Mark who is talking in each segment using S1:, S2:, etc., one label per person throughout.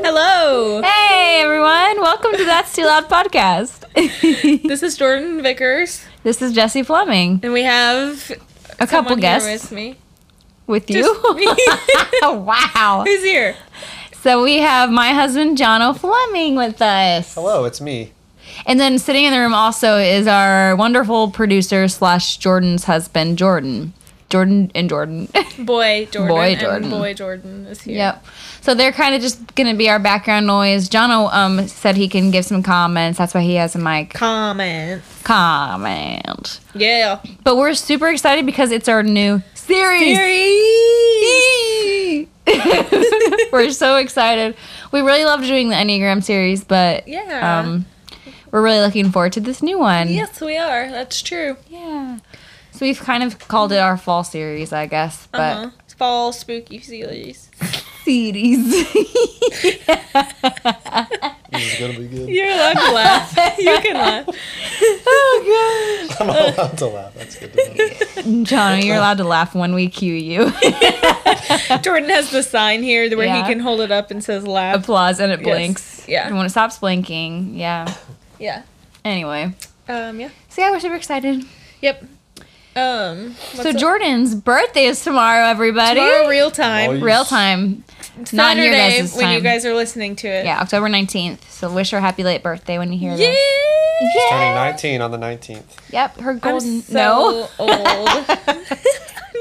S1: Hello.
S2: Hey everyone, welcome to That's Too Loud podcast.
S1: This is Jordan Vickers,
S2: this is Jesse Fleming,
S1: and we have
S2: a couple
S1: someone here
S2: guests
S1: with me.
S2: with you.
S1: Just me.
S2: wow.
S1: Who's here?
S2: So we have my husband John O. Fleming with us.
S3: Hello, it's me.
S2: And then sitting in the room also is our wonderful producer slash Jordan's husband, Jordan. Jordan and Jordan.
S1: Boy Jordan.
S2: Boy
S1: and
S2: Jordan.
S1: boy Jordan is here.
S2: Yep. So they're kind of just going to be our background noise. Jono um, said he can give some comments. That's why he has a mic.
S1: Comment.
S2: Comment.
S1: Yeah.
S2: But we're super excited because it's our new series.
S1: Series.
S2: we're so excited. We really love doing the Enneagram series, but
S1: Yeah.
S2: um, we're really looking forward to this new one.
S1: Yes, we are. That's true.
S2: Yeah. So we've kind of called it our fall series, I guess, but
S1: Uh-huh. Fall spooky series.
S2: series.
S3: This is gonna be good.
S1: You're allowed to laugh. you can laugh.
S2: oh
S3: I'm not allowed to laugh. That's good to know.
S2: gosh, John, you're allowed to laugh when we cue you.
S1: Jordan has the sign here where
S2: Yeah.
S1: he can hold it up and says laugh.
S2: Applause and it
S1: Yes.
S2: blinks.
S1: Yeah.
S2: And when it stops blinking, yeah.
S1: Yeah.
S2: Anyway,
S1: Um. Yeah.
S2: so yeah, we're super excited.
S1: Yep. Um.
S2: so
S1: what's up?
S2: Jordan's birthday is tomorrow, everybody.
S1: Tomorrow, real time.
S3: Well, you-
S2: Real time.
S1: It's
S2: Not in your
S1: Saturday
S2: guys'
S1: when you
S2: time.
S1: guys are listening to it.
S2: Yeah, October 19th. So wish her happy late birthday when you hear
S1: Yeah.
S2: this.
S3: Turning 19 on the 19th.
S2: Yep, her
S1: I'm
S2: golden.
S1: so
S2: no.
S1: old.
S2: I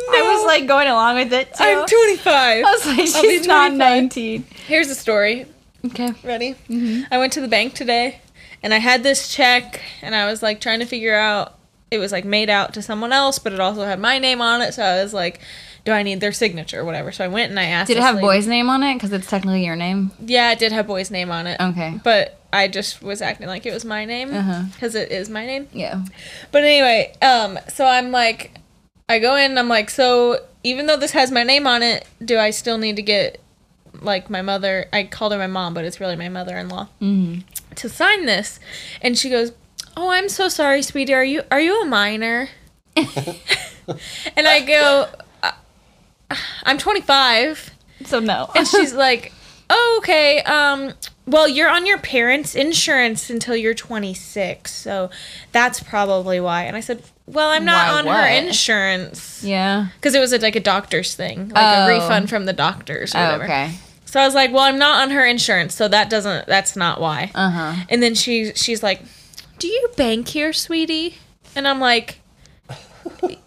S2: was like going along with it too.
S1: I'm 25.
S2: I was like,
S1: I'll be
S2: she's not
S1: 25.
S2: 19.
S1: Here's a story.
S2: Okay.
S1: Ready?
S2: Mm-hmm.
S1: I went to the bank today and I had this check and I was like trying to figure out it was like made out to someone else, but it also had my name on it. So I was like, do I need their signature or whatever? So I went and I asked.
S2: Did it
S1: this
S2: have
S1: lady-
S2: boy's name on it? Because it's technically your name.
S1: Yeah, it did have boy's name on it.
S2: Okay.
S1: But I just was acting like it was my name
S2: Uh-huh.
S1: because it is my name.
S2: Yeah.
S1: But anyway, um, so I'm like, I go in, and I'm like, so even though this has my name on it, do I still need to get like my mother? I called her my mom, but it's really my mother-in-law to sign this, and she goes, "Oh, I'm so sorry, sweetie. Are you are you a minor?" and I go, "Uh, "I'm 25,"
S2: So no.
S1: and she's like, oh, "Okay, um." Well, you're on your parents' insurance until you're 26, so that's probably why. And I said, "Well, I'm not
S2: Why
S1: on
S2: what?
S1: her insurance
S2: yeah.
S1: because it was a, like a doctor's thing, like
S2: Oh.
S1: a refund from the doctors or
S2: Oh,
S1: whatever."
S2: okay.
S1: So I was like, "Well, I'm not on her insurance, so that doesn't that's not why."
S2: Uh huh.
S1: And then she she's like, "Do you bank here, sweetie?" And I'm like,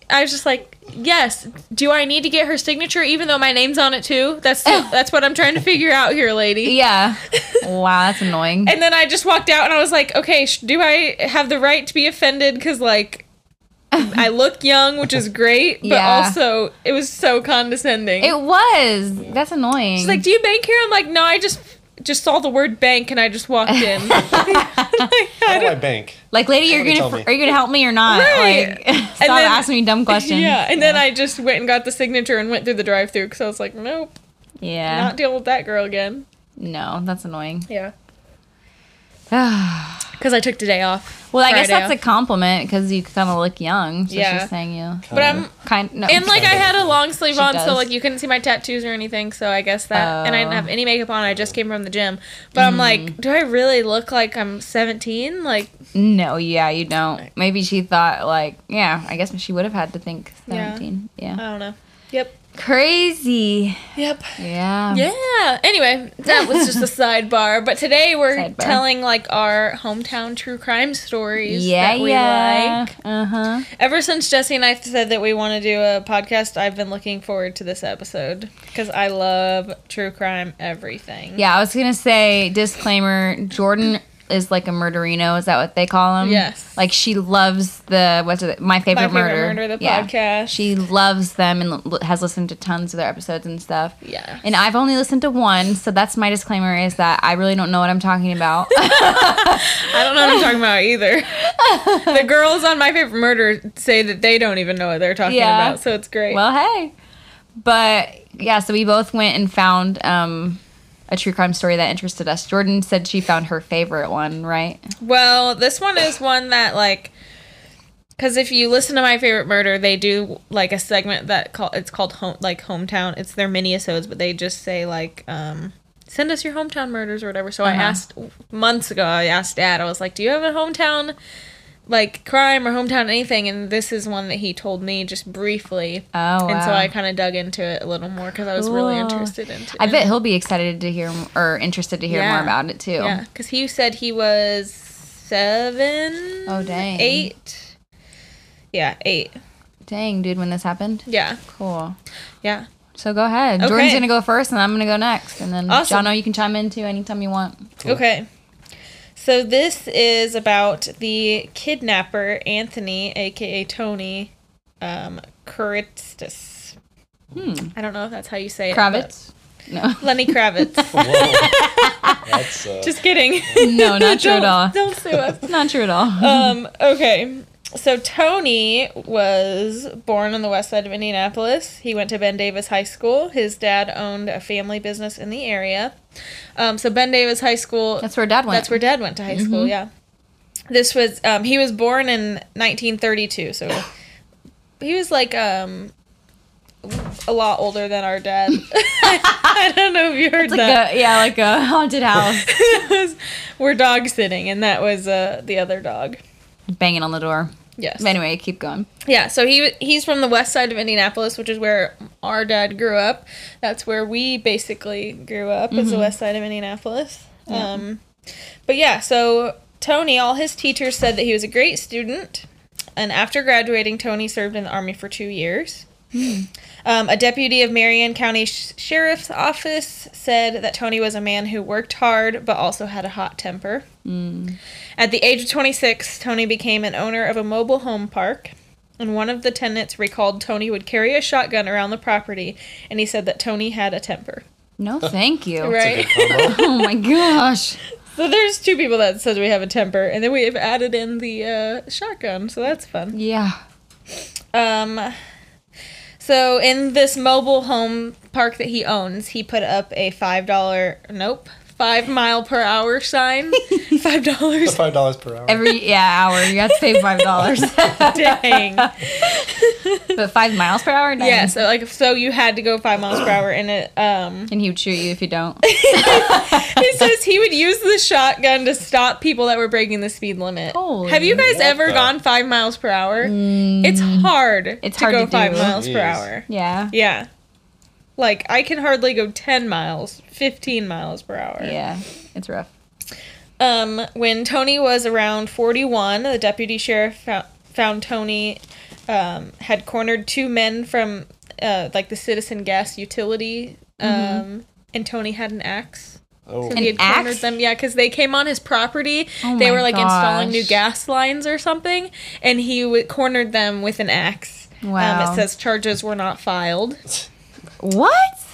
S1: I was just like, "Yes." Do I need to get her signature, even though my name's on it too? That's that's what I'm trying to figure out here, lady.
S2: Yeah. wow, that's annoying.
S1: And then I just walked out, and I was like, "Okay, sh- do I have the right to be offended? Because like." I look young, which is great, but
S2: Yeah.
S1: also it was so condescending.
S2: It was. That's annoying.
S1: She's like, "Do you bank here?" I'm like, "No, I just just saw the word bank and I just walked in." Like, I
S3: How do
S1: don't-
S3: I bank?
S2: Like, lady, you're
S3: Somebody
S2: gonna
S3: tell me.
S2: are you gonna help me or not?
S1: Right.
S2: Like, stop
S1: then-
S2: asking me dumb questions.
S1: Yeah, and then I just went and got the signature and went through the drive-through because I was like, nope,
S2: Yeah.
S1: not dealing with that girl again.
S2: no, that's annoying.
S1: Yeah,
S2: well,
S1: because I took today off.
S2: I guess
S1: Friday
S2: that's a
S1: off.
S2: compliment because you kind of look young. So
S1: Yeah.
S2: she's saying you
S1: But
S3: Mm,
S1: I'm
S2: kind. No.
S1: and like I had a long sleeve
S2: Uh, She
S1: on,
S2: does.
S1: so like you couldn't see my tattoos or anything. So I guess that, and I didn't
S2: Oh. Mm.
S1: have any makeup on. I just came from the gym, but I'm like, do I really look like I'm 17? Like,
S2: No, yeah, you don't. Maybe she thought like, yeah, I guess she would have had to think
S1: Yeah. Uh,
S2: seventeen. Yeah.
S1: I don't know. Yep.
S2: Crazy.
S1: Yep.
S2: Yeah.
S1: Yeah. Anyway, that was just a sidebar. But today we're
S2: Sidebar.
S1: telling like our hometown true crime stories
S2: Yeah.
S1: that we
S2: yeah.
S1: like.
S2: Uh huh.
S1: Ever since Jesse and I said that we want to do a podcast, I've been looking forward to this episode because I love true crime everything.
S2: Yeah, I was gonna say disclaimer. Jordan is like a murderino. Is that what they call him?
S1: Yes.
S2: Like she loves the what's it? My favorite,
S1: My favorite
S2: murder.
S1: murder, the
S2: Yeah.
S1: podcast.
S2: She loves them and l- has listened to tons of their episodes and stuff.
S1: yeah.
S2: And I've only listened to one, so that's my disclaimer is that I really don't know what I'm talking about.
S1: I don't know what I'm talking about either. the girls on My Favorite Murder say that they don't even know what they're talking
S2: Yeah.
S1: about, so it's great.
S2: well, hey. But yeah, so we both went and found um, a true crime story that interested us. Jordan said she found her favorite one, right?
S1: Well, this one is one that like because if you listen to my favorite murder, they do like a segment that call it's called home like hometown. It's their mini but they just say like um send us your hometown murders or whatever.
S2: Uh-huh.
S1: So I asked months ago, I asked dad, I was like, do you have a hometown like crime or hometown anything? And this is one that he told me just briefly.
S2: Oh,
S1: And so
S2: wow.
S1: I kind of dug into it a little more because I was really
S2: Cool.
S1: interested into
S2: I bet he'll be excited to hear or interested to hear
S1: Yeah.
S2: more about it too.
S1: Yeah, because he said he was seven.
S2: Oh, dang.
S1: Eight. Yeah, eight.
S2: Dang, dude, when this happened.
S1: Yeah,
S2: Cool.
S1: yeah.
S2: So go ahead. Jordan's
S1: Okay.
S2: gonna go first, and I'm gonna go next, and then
S1: Awesome.
S2: Jono, you can chime in too anytime you want.
S1: Okay. So this is about the kidnapper Anthony, aka Tony, um, Kuritzis. Hmm. I don't know if that's how you say it. but-
S2: Kravitz. No,
S1: Lenny Kravitz.
S3: Whoa. That's uh,
S1: Just kidding.
S2: no, not true at
S1: Don't-
S2: all.
S1: Don't sue us.
S2: Not true at all.
S1: um, okay. So Tony was born on the west side of Indianapolis. He went to Ben Davis High School. His dad owned a family business in the area. Um, so Ben Davis High School.
S2: That's where Mm-hmm. Dad went.
S1: That's where Dad went to high school. Yeah. This was um, he was born in 1932, so he was like um a lot older than our dad. I don't know if you heard
S2: It's like
S1: that
S2: a, yeah, like a haunted house.
S1: was- we're dog sitting, and that was uh, the other dog.
S2: Banging on the door.
S1: Yes.
S2: But anyway, keep going.
S1: Yeah. So he he's from the west side of Indianapolis, which is where our dad grew up. That's where we basically grew up, is the west side of Indianapolis. Um, but yeah, so Tony, all his teachers said that he was a great student, and after graduating, Tony served in the army for two years. Um, a deputy of Marion County Sh- Sheriff's Office said that Tony was a man who worked hard but also had a hot temper. At the age of 26, Tony became an owner of a mobile home park, and one of the tenants recalled Tony would carry a shotgun around the property, and he said that Tony had a temper.
S2: No, thank you.
S1: Right?
S2: Oh my gosh.
S1: so there's two people that says we have a temper, and then we have added in the uh, shotgun, so that's fun.
S2: Yeah.
S1: Um, so in this mobile home park that he owns, he put up a five dollar nope five mile per hour sign, five dollars
S3: five dollars per hour.
S2: Every yeah hour you have to pay five dollars,
S1: dang.
S2: but five miles per hour. Dang.
S1: Yeah, so like so you had to go five miles per hour, and it um
S2: And he would shoot you if you don't.
S1: he says he would use the shotgun to stop people that were breaking the speed limit.
S2: Holy Mm.
S1: Have you guys
S3: what
S1: ever
S3: the-
S1: gone five miles per hour? It's hard.
S2: It's
S1: to
S2: hard
S1: go
S2: to
S1: five
S2: do.
S1: miles per
S3: Jeez.
S1: hour.
S2: Yeah.
S1: Yeah, like I can hardly go ten miles, fifteen miles per hour.
S2: Yeah. It's rough.
S1: Um, when Tony was around 41, the deputy sheriff found, found Tony um, had cornered two men from uh, like the citizen gas utility, um,
S2: Mm-hmm.
S1: and Tony had an axe.
S3: Oh,
S1: He had
S2: An axe?
S1: cornered them, yeah, because they came on his property.
S2: Oh
S1: they
S2: my
S1: were like installing new
S2: gosh.
S1: gas lines or something, and he w- cornered them with an axe. Um,
S2: Wow.
S1: it says charges were not filed.
S2: What?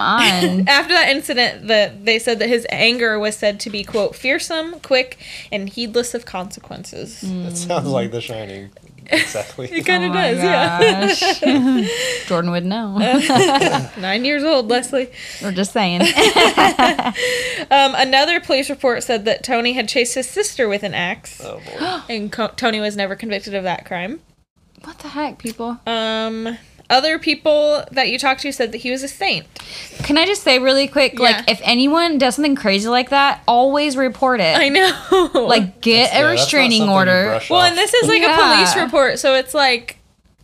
S2: on.
S1: After that incident, the, they said that his anger was said to be, quote, fearsome, quick, and heedless of consequences.
S3: that sounds like The Shining. Exactly.
S1: It kind
S2: Mm. Oh
S1: of
S2: my
S1: does, yeah. Uh.
S2: gosh. Jordan would know.
S1: Nine years old, Leslie.
S2: We're just saying.
S1: Um, another police report said that Tony had chased his sister with an axe,
S3: Oh boy.
S1: and co- Tony was never convicted of that crime.
S2: What the heck, people?
S1: Um, other people that you talked to said that he was a saint.
S2: Can I just say really quick, like
S1: Yeah.
S2: if anyone does something crazy like that, always report it.
S1: I know.
S2: like get
S3: Yeah,
S2: a
S3: that's not
S2: restraining
S3: something you
S2: order.
S3: brush
S1: well,
S3: off.
S1: and this is like
S2: Yeah.
S1: a police report, so it's like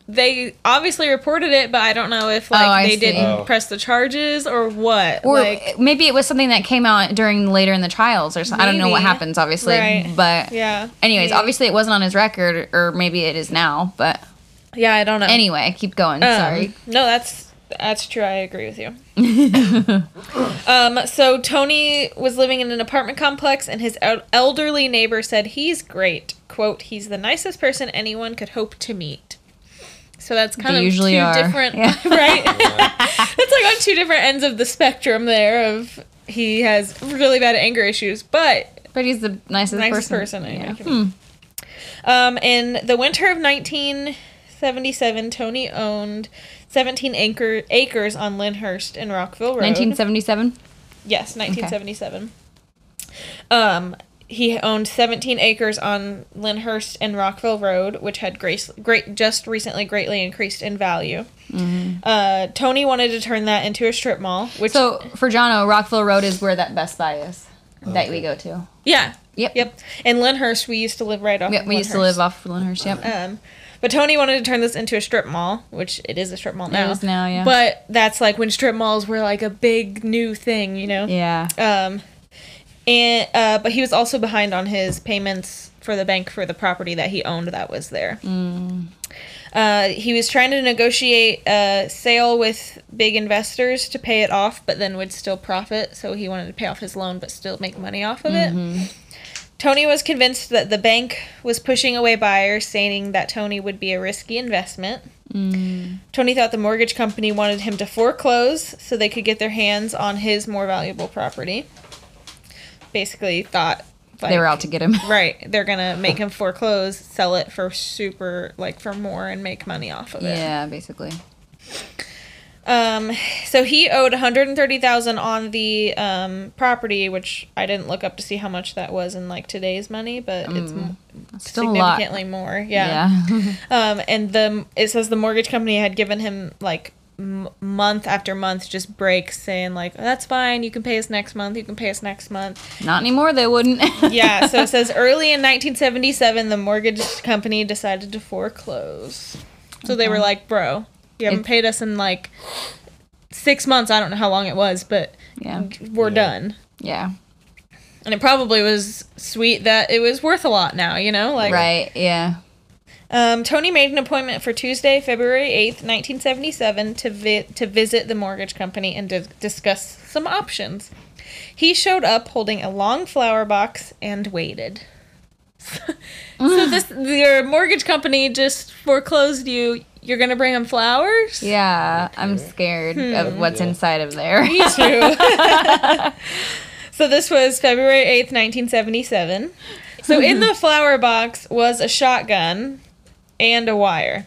S1: they obviously reported it, but I don't know if
S2: Oh, I
S1: like they
S2: see.
S1: didn't
S3: Oh.
S1: press the charges or what.
S2: Or
S1: like,
S2: maybe it was something that came out during later in the trials or something. I don't know what
S1: Maybe.
S2: happens, obviously.
S1: Right.
S2: But
S1: yeah.
S2: anyways,
S1: Maybe.
S2: obviously it wasn't on his record, or maybe it is now. But
S1: yeah, I don't know.
S2: anyway, keep going.
S1: Oh. Um,
S2: Sorry.
S1: No, that's that's true. I agree with you. um, so Tony was living in an apartment complex, and his el- elderly neighbor said he's great. "Quote: He's the nicest person anyone could hope to meet." So that's kind
S2: They
S1: of
S2: usually
S1: two
S2: are.
S1: different,
S2: Yeah.
S1: right? It's like on two different ends of the spectrum. There, of he has really bad anger issues, but
S2: But he's the nicest,
S1: nicest person.
S2: person.
S1: I
S2: Yeah.
S1: think. Um, in the winter of 1977, Tony owned 17 anchor, acres on Lyndhurst and Rockville Road.
S2: 1977.
S1: yes, 1977. Um, he owned 17 acres on Lyndhurst and Rockville Road, which had grace, great just recently greatly increased in value. Uh, Tony wanted to turn that into a strip mall, which
S2: Mm-hmm. So for Jono, Rockville Road is where that Best Buy is that we
S3: Okay.
S2: go to.
S1: yeah,
S2: Yep.
S1: yep. And Lyndhurst, we used to live right off.
S2: Yep,
S1: of
S2: we used to
S1: Lyndhurst.
S2: live off Lyndhurst. Yep.
S1: Um, but Tony wanted to turn this into a strip mall, which it is a strip mall now.
S2: is now, yeah.
S1: But that's like when strip malls were like a big new thing, you know.
S2: yeah.
S1: Um, and uh, but he was also behind on his payments for the bank for the property that he owned that was there. Uh, he was trying to negotiate a sale with big investors to pay it off, but then would still profit. So he wanted to pay off his loan, but still make money off of
S2: Mm-hmm.
S1: it. Tony was convinced that the bank was pushing away buyers, saying that Tony would be a risky investment.
S2: Mm.
S1: Tony thought the mortgage company wanted him to foreclose so they could get their hands on his more valuable property. Basically, thought like,
S2: they were out to get him.
S1: Right, they're gonna make him foreclose, sell it for super, like for more, and make money off of it.
S2: yeah, basically.
S1: Um, so he owed one hundred and thirty thousand on the um property, which I didn't look up to see how much that was in like today's money, but it's m-
S2: Mm. Still a lot.
S1: significantly more.
S2: Yeah.
S1: Um, and the it says the mortgage company had given him like m- month after month just breaks saying like that's fine you can pay us next month you can pay us next month
S2: Not anymore. They wouldn't.
S1: yeah so it says early in 1977 the mortgage company decided to foreclose so they were like bro you haven't
S2: It's-
S1: paid us in like six months i don't know how long it was but
S2: yeah.
S1: we're
S3: Yeah.
S1: done
S2: Yeah.
S1: and it probably was sweet that it was worth a lot now you know like
S2: Right. Yeah.
S1: Um, Tony made an appointment for Tuesday, February 8th, 1977, to, vi- to visit the mortgage company and to discuss some options. He showed up holding a long flower box and waited. so this your mortgage company just foreclosed you. You're gonna bring them flowers?
S2: Yeah. I'm scared
S1: Hmm.
S2: of what's
S3: Yeah.
S2: inside of there.
S1: Me too. so this was February 8th, 1977. So in the flower box was a shotgun and a wire.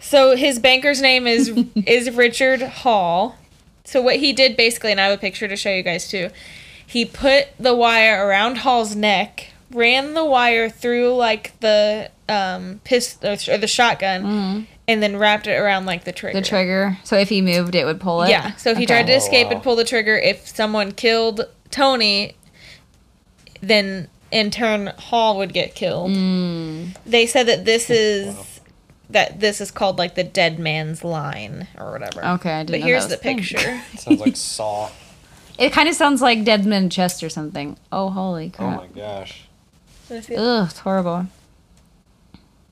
S1: So his banker's name is is Richard Hall. So what he did basically, and I have a picture to show you guys too. He put the wire around Hall's neck, ran the wire through like the um pistol or the shotgun, and then wrapped it around like the trigger.
S2: The trigger. So if he moved, it would pull it.
S1: Yeah. So if he
S2: Okay.
S1: tried to
S3: Oh,
S1: escape
S3: wow.
S1: and pull the trigger, if someone killed Tony, then in turn Hall would get killed.
S2: Hmm.
S1: They said that this is
S3: Wow.
S1: that this is called like the dead man's line or whatever.
S2: Okay, I didn't
S1: But
S2: know
S1: here's
S2: that
S1: the
S2: was a thing.
S1: picture.
S3: Sounds like Saw.
S2: It kind of sounds like Deadman Chest or something. Oh, holy
S3: Oh
S2: crap.
S3: my gosh.
S1: Wanna see it?
S2: Ugh, it's horrible.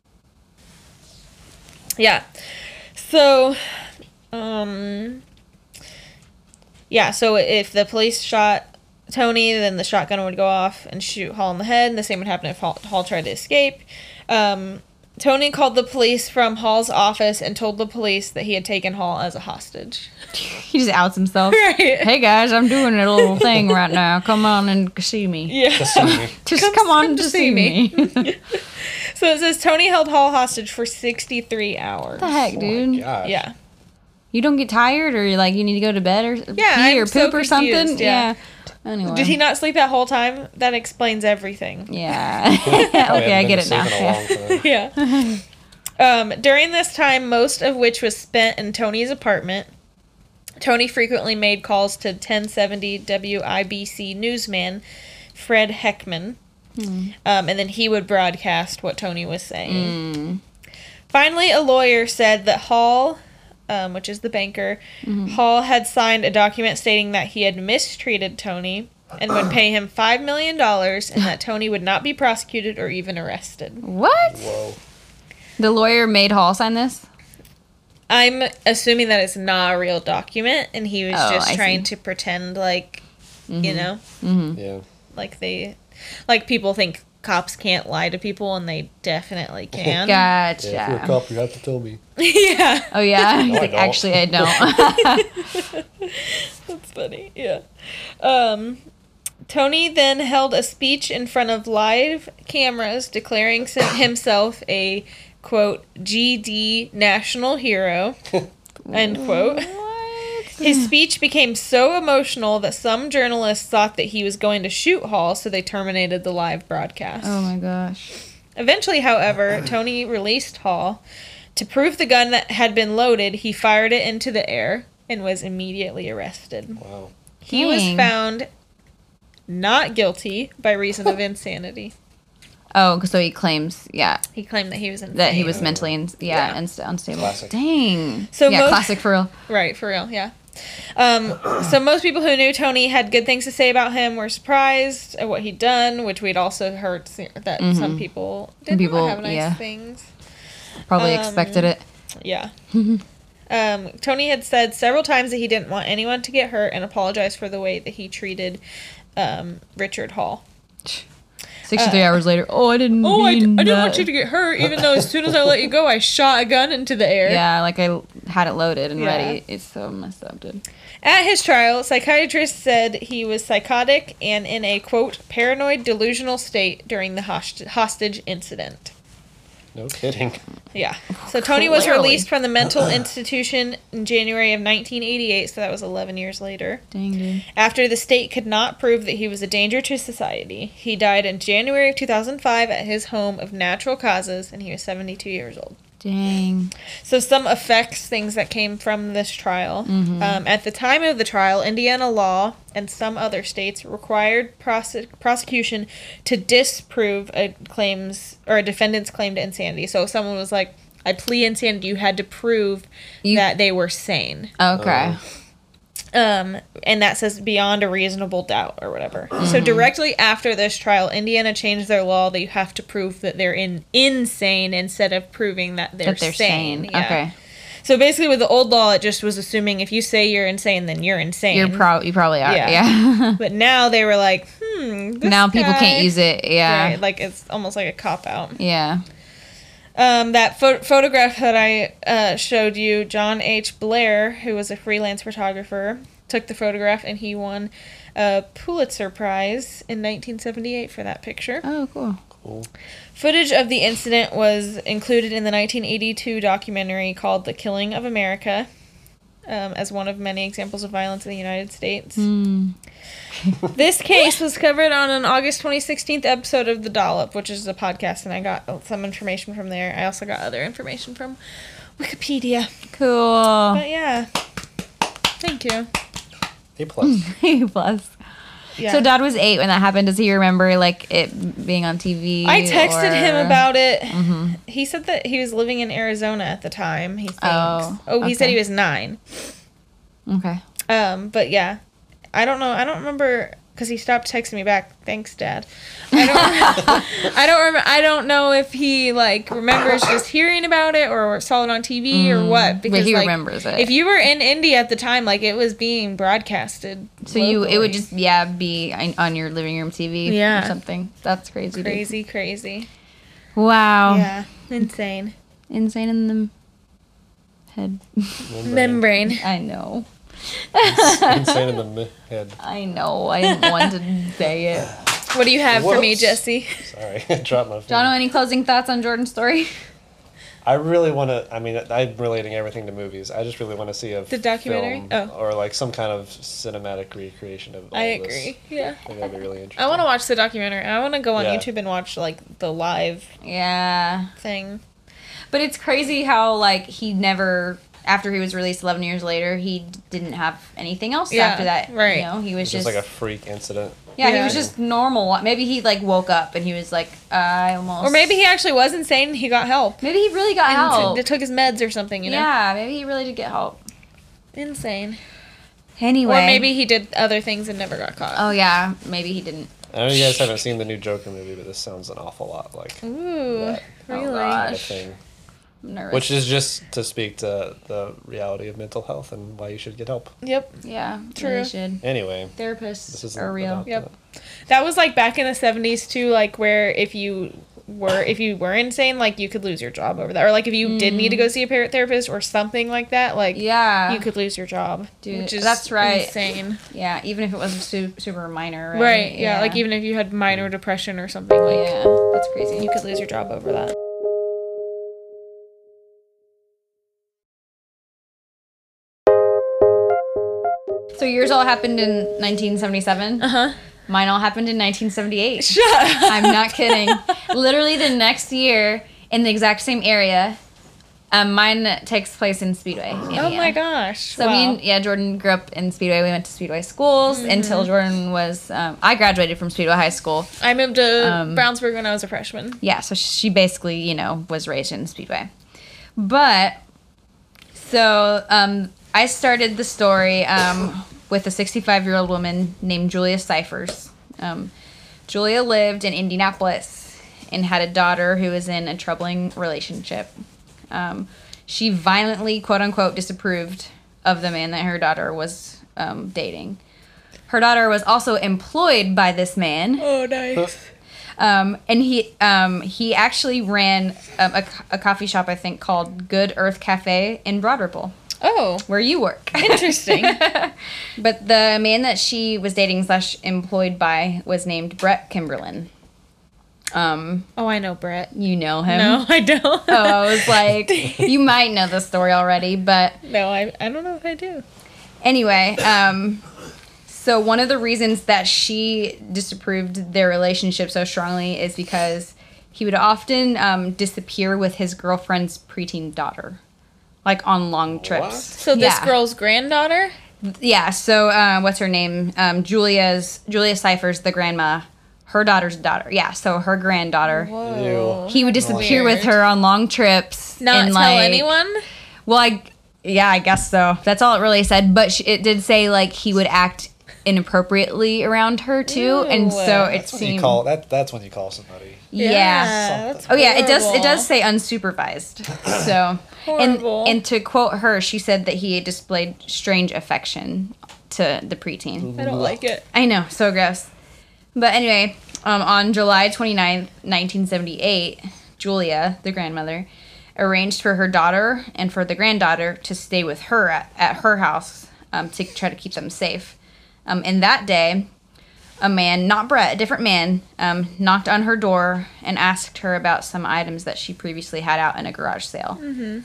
S1: Yeah. So, um, yeah. So if the police shot Tony, then the shotgun would go off and shoot Hall in the head, and the same would happen if Hall, Hall tried to escape. Um, Tony called the police from Hall's office and told the police that he had taken Hall as a hostage.
S2: He just outs himself.
S1: Right.
S2: Hey guys, I'm doing a little thing right now. Come on and see me.
S1: Yeah.
S3: Just see me.
S2: Just
S1: Come-
S2: come, on to see, me. what
S1: So it says Tony held Hall hostage for 63 hours.
S2: the heck,
S3: Oh my
S2: dude?
S3: gosh.
S1: Yeah.
S2: You don't get tired or you're like you need to go to bed or
S1: Yeah,
S2: pee
S1: I'm
S2: or poop
S1: so
S2: or something?
S1: confused, yeah.
S2: Anyway.
S1: Did he not sleep that whole time? That explains everything.
S2: Yeah.
S3: Probably
S2: okay, I
S3: hadn't
S2: get
S3: been
S2: it now.
S3: sleeping
S2: Yeah.
S3: along for the-
S1: yeah. Um, during this time, most of which was spent in Tony's apartment, Tony frequently made calls to 1070 WIBC newsman Fred Heckman. Um, and then he would broadcast what Tony was saying. Finally, a lawyer said that Hall, um, which is the banker, Hall had signed a document stating that he had mistreated Tony and would pay him $5 million and that Tony would not be prosecuted or even arrested.
S2: What?
S3: Whoa.
S2: The lawyer made Hall sign this?
S1: I'm assuming that it's not a real document, and he was
S2: Oh,
S1: just
S2: I
S1: trying
S2: see. Mm-hmm.
S1: to pretend like, you know,
S3: Yeah.
S1: like they, like people think cops can't lie to people, and they definitely can.
S2: Gotcha.
S3: yeah. If you're a cop, you have to tell me.
S1: yeah,
S2: Oh yeah. He's
S3: I
S2: like,
S3: don't.
S2: actually I don't.
S1: that's funny. Yeah. Um, Tony then held a speech in front of live cameras, declaring s- himself a quote GD national hero. End quote.
S2: what?
S1: His speech became so emotional that some journalists thought that he was going to shoot Hall, so they terminated the live broadcast.
S2: Oh my gosh.
S1: Eventually, however, Tony released Hall. To prove the gun that had been loaded, he fired it into the air and was immediately arrested.
S3: Wow.
S1: He was
S2: Dang.
S1: found not guilty by reason of insanity.
S2: Oh, so he claims, yeah,
S1: He claimed that he was insane.
S2: that he was mentally, in, yeah,
S1: Yeah.
S2: Inst- unstable.
S3: Classic.
S2: Dang.
S1: So
S2: yeah,
S1: most-
S2: classic for real.
S1: Right, for real, yeah. Um, so most people who knew Tony had good things to say about him were surprised at what he'd done, which we'd also heard se- that some people did
S2: Mm-hmm. people-
S1: not have nice
S2: yeah.
S1: things.
S2: Probably
S1: Um,
S2: expected it.
S1: Yeah. um, Tony had said several times that he didn't want anyone to get hurt and apologized for the way that he treated um, Richard Hall.
S2: 63 hours later. Oh, I didn't.
S1: uh, Oh, I, d-
S2: mean
S1: I didn't
S2: that.
S1: want you to get hurt, even though as soon as I let you go, I shot a gun into the air.
S2: Yeah, like I had it loaded and
S1: Yeah.
S2: ready. It's so messed up, dude.
S1: At his trial, psychiatrists said he was psychotic and in a quote paranoid delusional state during the host- hostage incident.
S3: No kidding.
S1: Yeah. So Tony was
S2: Clearly.
S1: released from the mental institution in January of 1988, so that was 11 years later.
S2: Dang, dude.
S1: After the state could not prove that he was a danger to society, he died in January of 2005 at his home of natural causes, and he was 72 years old.
S2: Dang.
S1: So some effects, things that came from this trial.
S2: Mm-hmm.
S1: Um, at the time of the trial, Indiana law and some other states required prose- prosecution to disprove a claims or a defendant's claim to insanity. So if someone was like, "I plea insanity," you had to prove
S2: You-
S1: that they were sane.
S3: Uh,
S2: Okay.
S1: Um, and that says beyond a reasonable doubt or whatever. So
S2: Mm-hmm.
S1: directly after this trial, Indiana changed their law that you have to prove that they're in insane instead of proving that they're,
S2: that they're
S1: sane.
S2: sane.
S1: Yeah.
S2: Okay.
S1: So basically, with the old law, it just was assuming if you say you're insane, then you're insane.
S2: You're pro. You probably are.
S1: Yeah.
S2: Yeah.
S1: but now they were like, hmm. this
S2: now people
S1: guy-
S2: can't use it. Yeah.
S1: Right, like it's almost like a cop out.
S2: Yeah.
S1: Um, that pho- photograph that I uh, showed you, John H. Blair, who was a freelance photographer, took the photograph and he won a Pulitzer Prize in 1978 for that picture.
S2: Oh, cool.
S3: Cool.
S1: Footage of the incident was included in the 1982 documentary called The Killing of America um, as one of many examples of violence in the United States.
S2: Hmm.
S1: this case was covered on an August 2016 episode of The Dollop, which is a podcast, and I got some information from there. I also got other information from Wikipedia.
S2: Cool.
S1: But yeah. Thank you.
S3: A plus.
S2: Plus.
S1: Yeah.
S2: So dad was eight when that happened. Does he remember like it being on TV?
S1: I texted
S2: or-
S1: him about it.
S2: Mm-hmm.
S1: He said that he was living in Arizona at the time. He thinks. Oh,
S2: Oh,
S1: he said
S2: okay.
S1: he was nine.
S2: Okay.
S1: Um, but yeah, I don't know. I don't remember because he stopped texting me back. Thanks, Dad. I don't. I don't remember. I don't know if he like remembers just hearing about it or saw it on TV or what. Because
S2: Mm-hmm. he
S1: like,
S2: remembers it.
S1: If you were in India at the time, like it was being broadcasted.
S2: So you it would
S1: locally.
S2: just yeah be in- on your living room TV
S1: Yeah.
S2: or something. That's crazy. dude.
S1: crazy, crazy.
S2: Wow.
S1: Yeah, insane.
S2: Insane in the head.
S1: Membrane.
S2: I know.
S3: Insane in the mi- head.
S2: I know. I didn't want to say it.
S1: What do you have for me,
S3: Whoops.
S1: Jesse?
S3: Sorry, I dropped my phone.
S2: Jono, any closing thoughts on Jordan's story?
S3: I really want to. I mean, I'm relating everything to movies. I just really want to see a
S1: The documentary?
S3: film
S1: Oh.
S3: or like some kind of cinematic recreation of. All
S1: I
S3: this.
S1: agree. Yeah.
S3: I think that'd be really interesting.
S1: I want to watch the documentary. I want to go on
S3: Yeah.
S1: YouTube and watch like the live
S2: Yeah.
S1: thing.
S2: But it's crazy how like he never after he was released 11 years later, he didn't have anything else
S1: Yeah,
S2: after that.
S1: right.
S2: You know, he was
S3: It's
S2: just,
S3: just like a freak incident.
S2: yeah, he
S1: Yeah.
S2: was just normal. Maybe he like woke up and he was like, I almost
S1: Or maybe he actually was insane and he got help.
S2: maybe he really got help.
S1: They took his meds or something, you know?
S2: Yeah, maybe he really did get help.
S1: Insane.
S2: Anyway,
S1: Or maybe he did other things and never got caught.
S2: oh yeah, maybe he didn't.
S3: I know you guys haven't seen the new Joker movie, but this sounds an awful lot like that
S1: Ooh.
S3: That-
S1: Really?
S2: Oh. God.
S3: kind of
S2: Gosh.
S3: thing.
S2: I'm nervous.
S3: Which is just to speak to the reality of mental health and why you should get help.
S1: Yep.
S2: yeah,
S1: True.
S2: really should.
S3: Anyway, this
S2: Therapists
S3: is
S2: are real.
S1: Yep. That was like back in the 70s too, like where if you were if you were insane, like you could lose your job over that. Or like if you did need to go see a parent therapist or something like that, like
S2: Mm. Yeah,
S1: you could lose your job.
S2: Dude, that's right.
S1: Insane.
S2: yeah. Even if it was su- super minor, right? Oh,
S1: Right. Yeah. Like even if you had minor depression or something, like
S2: yeah, that's crazy.
S1: you could lose your job over that.
S2: So yours all happened in 1977. Uh huh. Mine all happened in 1978.
S1: Uh-huh. Shut up.
S2: I'm not kidding. Literally the next year in the exact same area. Um, mine takes place in Speedway.
S1: Oh
S2: Indiana.
S1: my gosh.
S2: So me and yeah, Jordan grew up in Speedway. We went to Speedway schools
S1: Mm-hmm.
S2: until Jordan was. Um, I graduated from Speedway High School.
S1: I moved to
S2: Um,
S1: Brownsburg when I was a freshman.
S2: Yeah, so she basically you know was raised in Speedway, but so um, I started the story um, with a 65 year old woman named Julia Cyphers. Um, Julia lived in Indianapolis and had a daughter who was in a troubling relationship. Um, she violently, quote unquote, disapproved of the man that her daughter was um, dating. Her daughter was also employed by this man
S1: Oh, nice.
S2: um, and he um, he actually ran um, a, co- a coffee shop I think called Good Earth Cafe in Broad Ripple,
S1: Oh,
S2: where you work.
S1: interesting.
S2: but the man that she was dating slash employed by was named Brett Kimberlin. Um,
S1: oh, I know Brett.
S2: you know him.
S1: No, I don't.
S2: Oh, I was like, you might know the story already, but
S1: No, I, I don't know if I do.
S2: anyway, um, so one of the reasons that she disapproved their relationship so strongly is because he would often um, disappear with his girlfriend's preteen daughter, like on long trips.
S1: So this
S2: Yeah.
S1: girl's granddaughter?
S2: yeah. So uh, what's her name? Um, Julia's Julia Cypher's the grandma, her daughter's daughter. Yeah. So her granddaughter.
S1: Whoa.
S2: He would disappear
S1: Weird.
S2: with her on long trips.
S1: Not
S2: and,
S1: tell
S2: like-
S1: anyone?
S2: Well, I yeah, I guess so. That's all it really said. But she, it did say like he would act inappropriately around her too,
S1: Ew.
S2: and so it
S3: That's when you
S2: seemed
S3: call that. That's when you call somebody.
S2: yeah.
S1: that's
S2: Oh yeah, it does. It
S1: horrible.
S2: does say unsupervised. So, and
S1: Horrible.
S2: and to quote her, she said that he displayed strange affection to the
S3: Mm-hmm.
S2: preteen.
S1: I don't like it.
S2: I know, so gross. But anyway, um, on July 29th, 1978, Julia, the grandmother, arranged for her daughter and for the granddaughter to stay with her at, at her house um, to try to keep them safe. Um, and that day, a man, not Brett, a different man, um, knocked on her door and asked her about some items that she previously had out in a garage sale. Mm-hmm.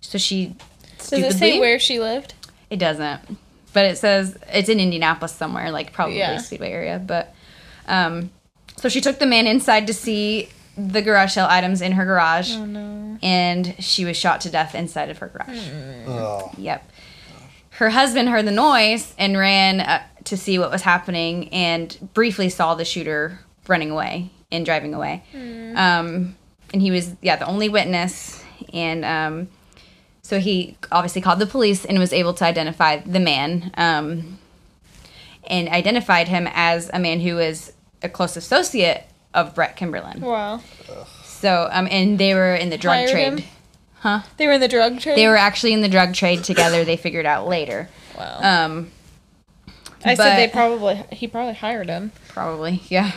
S2: So she.
S1: Does it say
S2: stupidly-
S1: where she lived?
S2: it doesn't. But it says it's in Indianapolis somewhere, like probably
S1: Yeah.
S2: Speedway area. But um, so she took the man inside to see the garage sale items in her garage,
S1: Oh, no. Hmm.
S2: and she was shot to death inside of her garage.
S1: Mm-hmm.
S3: Oh,
S2: Yep. Her husband heard the noise and ran uh, to see what was happening and briefly saw the shooter running away and driving away.
S1: Hmm.
S2: Um, and he was, yeah, the only witness. And um, so he obviously called the police and was able to identify the man um, and identified him as a man who was a close associate of Brett Kimberlin.
S1: Wow.
S2: So, um, and they were in the drug
S1: Hired
S2: trade.
S1: him? They were in the drug trade?
S2: They were actually in the drug trade together, they figured out later.
S1: Wow.
S2: Um,
S1: I said they
S2: but-
S1: probably, he probably hired him.
S2: Probably, yeah.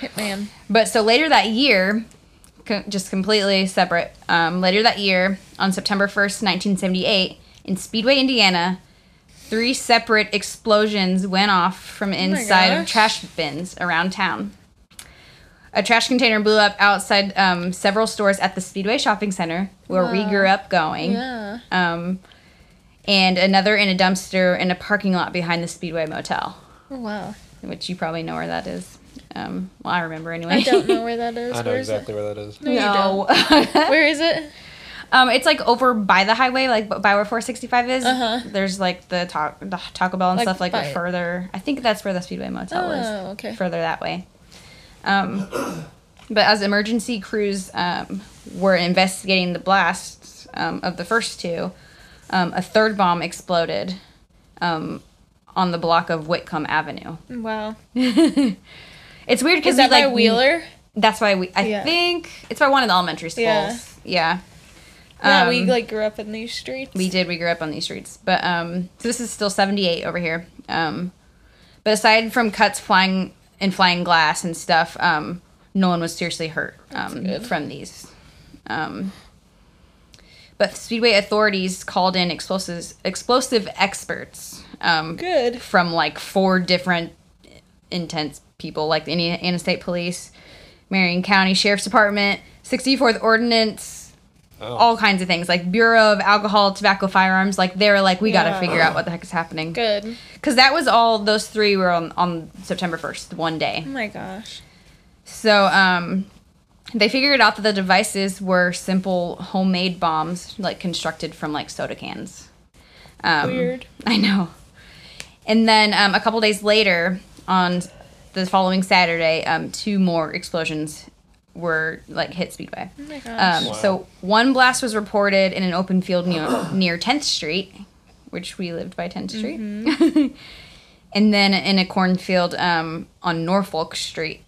S1: Hitman.
S2: But so later that year, co- just completely separate, um, later that year, on September 1st, 1978, in Speedway, Indiana, three separate explosions went off from inside of
S1: Oh gosh.
S2: trash bins around town. A trash container blew up outside um, several stores at the Speedway Shopping Center where we grew up going.
S1: Yeah.
S2: Um, and another in a dumpster in a parking lot behind the Speedway Motel,
S1: Oh, wow.
S2: which you probably know where that is. Um, well, I remember anyway.
S1: I don't know where that is.
S3: I know
S1: Where is
S3: exactly where that is.
S1: it? No. you don't. Where is it?
S2: um, it's like over by the highway, like b- by where 465 is.
S1: Uh-huh.
S2: There's like the, ta- the Taco Bell and
S1: Like
S2: stuff like
S1: by-
S2: further. I think that's where the Speedway Motel was.
S1: Oh, okay.
S2: Further that way. Um, but as emergency crews um, were investigating the blasts um, of the first two, um, a third bomb exploded um, on the block of Whitcomb Avenue.
S1: Wow.
S2: It's weird because
S1: Is that
S2: like
S1: by Wheeler?
S2: That's why we. I
S1: Yeah.
S2: think it's by one of the elementary schools.
S1: Yeah.
S2: Yeah.
S1: Yeah,
S2: Um,
S1: we like grew up in these streets.
S2: We did. We grew up on these streets, but um, so this is still seventy eight over here. Um, but aside from cuts flying and flying glass and stuff, um, no one was seriously hurt um,
S1: good.
S2: from these. Um, but Speedway authorities called in explosives, explosive experts um,
S1: Good.
S2: from like four different intense people, like the Indiana State Police, Marion County Sheriff's Department, 64th Ordnance,
S3: Oh.
S2: all kinds of things like Bureau of Alcohol, Tobacco, Firearms. Like they were like, we got
S1: Yeah.
S2: to figure out what the heck is happening.
S1: Good.
S2: Because that was all those three were on, on September 1st, one day.
S1: Oh my gosh.
S2: So um, they figured out that the devices were simple homemade bombs, like constructed from like soda cans. Um,
S1: Weird. Oh
S2: I know. And then um, a couple days later, on the following Saturday, um, two more explosions were like hit Speedway.
S1: Oh my gosh.
S2: Um,
S3: Wow.
S2: So one blast was reported in an open field near, near 10th Street, which we lived by 10th Street, and then in a cornfield um, on Norfolk Street,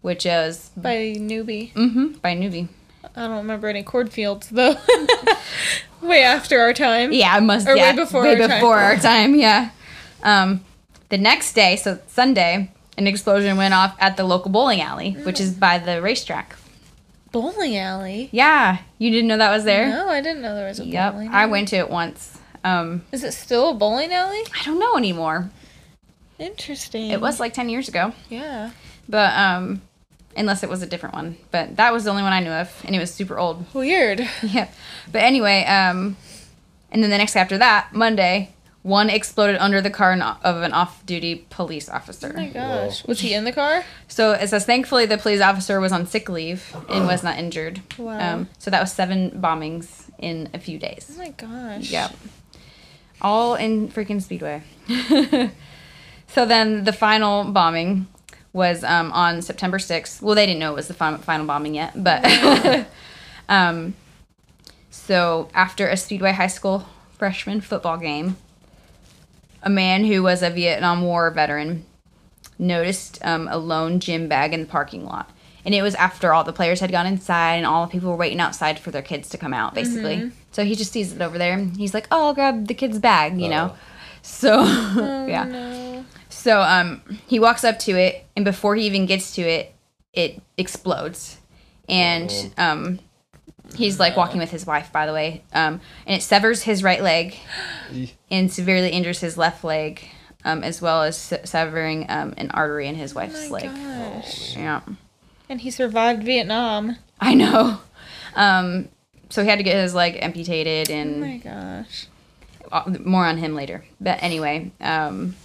S2: which is
S1: By newbie.
S2: mhm, by Newbie.
S1: I don't remember any cornfields though. way after our time.
S2: Yeah, I must.
S1: Or way
S2: yeah,
S1: before
S2: way
S1: our time.
S2: before our time. Yeah. Um, the next day, so Sunday, an explosion went off at the local bowling alley, which is by the racetrack.
S1: Bowling alley.
S2: Yeah, you didn't know that was there.
S1: No, I didn't know there was a
S2: Yep,
S1: bowling.
S2: I went to it once. Um,
S1: Is it still a bowling alley?
S2: I don't know anymore.
S1: Interesting.
S2: It was like ten years ago.
S1: Yeah.
S2: But um unless it was a different one. But that was the only one I knew of and it was super old.
S1: Weird. Oh
S2: Yep. But anyway, um and then the next day after that, Monday, one exploded under the car an- of an off-duty police officer.
S1: Oh my gosh. Was he in the car?
S2: So it says thankfully the police officer was on sick leave and was not injured. Um,
S1: Wow.
S2: so that was seven bombings in a few days.
S1: Oh my gosh.
S2: Yep. All in freaking Speedway. so then the final bombing was um, on September 6th. Well, they didn't know it was the fin- final bombing yet, but. um, so after a Speedway High School freshman football game, a man who was a Vietnam War veteran noticed um, a lone gym bag in the parking lot. And it was after all the players had gone inside and all the people were waiting outside for their kids to come out, basically. So he just sees it over there. and He's like, oh, I'll grab the kid's bag, you know?
S3: Oh.
S2: So, yeah.
S1: No.
S2: So um, he walks up to it, and before he even gets to it, it explodes, and um, he's like walking with his wife, by the way, um, and it severs his right leg,
S3: Oh,
S2: and severely injures his left leg, um, as well as se- severing um, an artery in his
S1: Oh
S2: wife's
S1: my
S2: leg.
S1: gosh.
S2: Yeah,
S1: And he survived Vietnam.
S2: I know. Um, so he had to get his leg amputated,
S1: Oh
S2: and
S1: my gosh. Oh
S2: uh, more on him later. But anyway, um,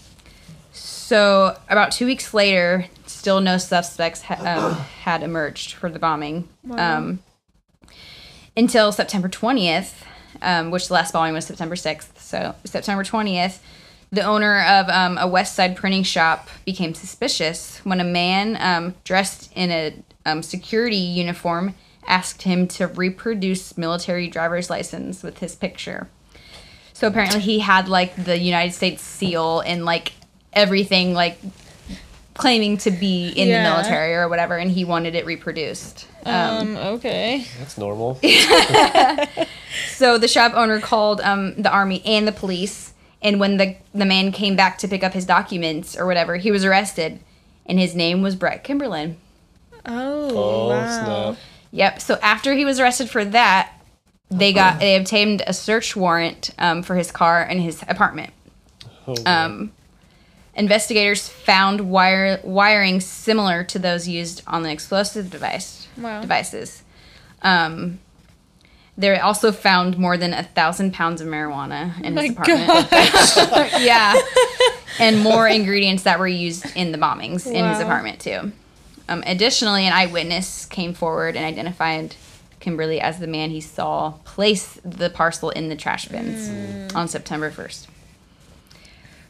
S2: so about two weeks later, still no suspects ha- um, had emerged for the bombing um, until September 20th, um, which the last bombing was September 6th. So September 20th, the owner of um, a West Side printing shop became suspicious when a man um, dressed in a um, security uniform asked him to reproduce military driver's license with his picture. So apparently he had like the United States seal and like everything like claiming to be in
S1: Yeah.
S2: the military or whatever and he wanted it reproduced.
S1: Um, okay.
S3: That's normal.
S2: So the shop owner called um, the army and the police and when the the man came back to pick up his documents or whatever, he was arrested and his name was Brett Kimberlin.
S1: Oh,
S3: Oh
S1: wow.
S3: snap!
S2: Yep. So after he was arrested for that, they got they obtained a search warrant um, for his car and his apartment.
S3: Oh,
S2: Um, investigators found wire wiring similar to those used on the explosive device
S1: Wow.
S2: devices. Um, they also found more than a thousand pounds of marijuana in
S1: My
S2: his apartment. yeah, and more ingredients that were used in the bombings in his
S1: Wow.
S2: apartment too. Um, additionally, an eyewitness came forward and identified Kimberly as the man he saw place the parcel in the trash bins on September 1st.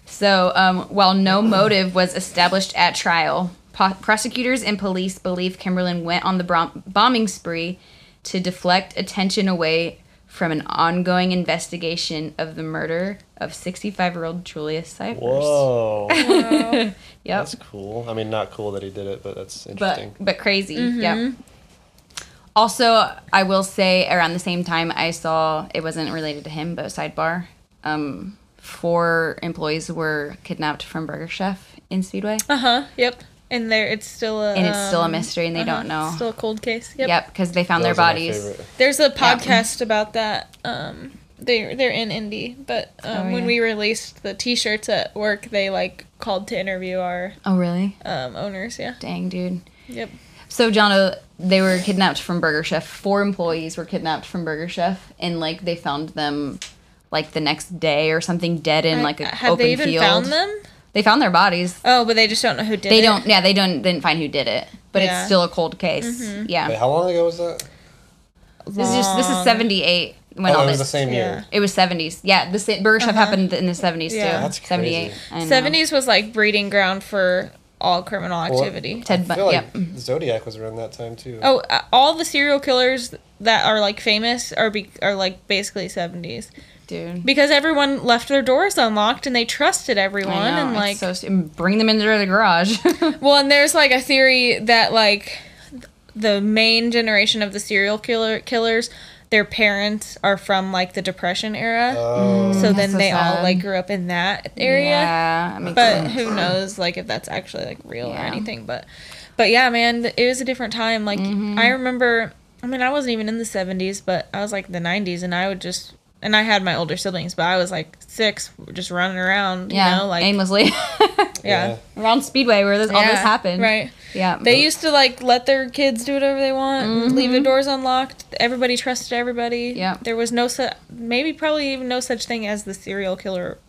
S2: So, um, while no motive was established at trial, po- prosecutors and police believe Kimberlin went on the brom- bombing spree to deflect attention away from an ongoing investigation of the murder of 65 year old Julius Cyphers.
S3: Whoa,
S2: Yep.
S3: that's cool. I mean, not cool that he did it, but that's
S2: but
S3: interesting.
S2: but crazy. Yep. Also, I will say around the same time I saw it wasn't related to him, but sidebar. Um, four employees were kidnapped from Burger Chef in Speedway,
S1: Uh huh. Yep. And there, it's still a.
S2: and it's still a
S1: um,
S2: mystery, and they don't
S1: uh-huh,
S2: know.
S1: Still a cold case. Yep.
S2: yep, because they found their
S3: Those are my
S2: bodies.
S3: favorite.
S1: There's a podcast about that. Um, they they're in Indy, but um,
S2: Oh,
S1: when
S2: yeah.
S1: we released the T-shirts at work, they like called to interview our
S2: Oh, really?
S1: um, owners. Yeah.
S2: Dang, dude.
S1: Yep.
S2: So, John, uh, they were kidnapped from Burger Chef. Four employees were kidnapped from Burger Chef, and like they found them like the next day or something, dead in like a
S1: Have
S2: open
S1: they even
S2: field.
S1: found them?
S2: They found their bodies.
S1: Oh, but they just don't know who did
S2: they
S1: it.
S2: don't. Yeah, they don't. They didn't find who did it, but
S1: Yeah. Mm-hmm.
S2: it's still a cold case. Yeah,
S3: Wait, how long ago was that?
S2: this is just, this is
S1: Long.
S2: seventy eight when
S3: Oh,
S2: all
S3: it was
S2: this.
S3: the same year.
S2: It was seventies. Yeah, the sa- Burger Chef
S1: Uh-huh.
S2: happened in the seventies
S1: Yeah.
S2: too.
S3: That's crazy.
S2: seventy eight.
S1: Seventies was like breeding ground for all criminal
S3: Well,
S1: activity.
S2: Ted
S3: I
S2: Bun-
S3: feel like
S2: yep. Mm.
S3: Zodiac was around that time too.
S1: Oh, uh, all the serial killers that are like famous are be- are like basically seventies
S2: dude.
S1: because everyone left their doors unlocked and they trusted everyone
S2: I know,
S1: and
S2: it's
S1: like
S2: so st- bring them into the garage.
S1: well, and there's like a theory that like th- the main generation of the serial killer killers, their parents are from like the Depression era,
S3: Oh,
S1: so then
S2: Mm, so
S1: they all
S2: sad.
S1: like grew up in that area.
S2: Yeah, I mean,
S1: but who knows like if that's actually like real or
S2: Yeah.
S1: anything but but yeah man th- it was a different time like
S2: Mm-hmm.
S1: i remember i mean i wasn't even in the 70s but i was like the 90s and i would just and i had my older siblings but i was like six just running around
S2: yeah,
S1: you know like
S2: aimlessly Mm,
S1: yeah,
S2: around Speedway where this all
S1: Yeah,
S2: this happened.
S1: right
S2: Yeah.
S1: they used to like let their kids do whatever they want leave the doors unlocked everybody trusted everybody
S2: Mm-hmm. Yep.
S1: there was no such maybe probably even no such thing as the serial killer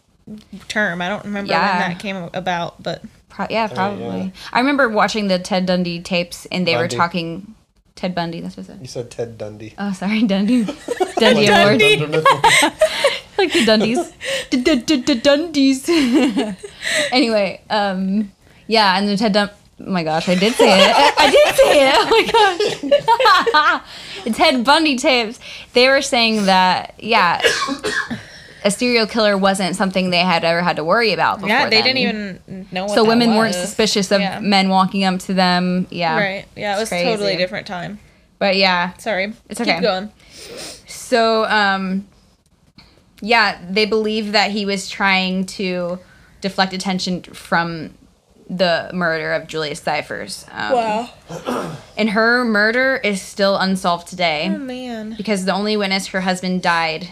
S1: term i don't remember
S2: Yeah.
S1: when that came about but
S2: Pro- yeah, probably.
S3: yeah.
S2: I remember watching the Ted Dundee tapes, and they
S3: Bundy.
S2: were talking. Ted Bundy. That's what I said.
S3: you said Ted Dundee.
S2: Oh, sorry, Dundee. Dundee Awards.
S1: Dundee.
S2: like the Dundies. Dundies. anyway, um, yeah, and the Ted Dun- Oh my gosh, I did say it. I did say it. Oh my gosh. the Ted Bundy tapes. They were saying that, yeah, a serial killer wasn't something they had ever had to worry about before.
S1: yeah they
S2: then.
S1: didn't even know what
S2: So
S1: that
S2: women weren't
S1: was.
S2: suspicious of
S1: Yeah.
S2: men walking up to them. Yeah.
S1: Right. Yeah, it was
S2: It's
S1: totally
S2: crazy.
S1: different time.
S2: But yeah,
S1: Sorry.
S2: It's okay.
S1: Keep going.
S2: So, um, yeah, they believe that he was trying to deflect attention from the murder of Julius Cyphers. Um, And her murder is still unsolved today
S1: Oh man.
S2: because the only witness, her husband, died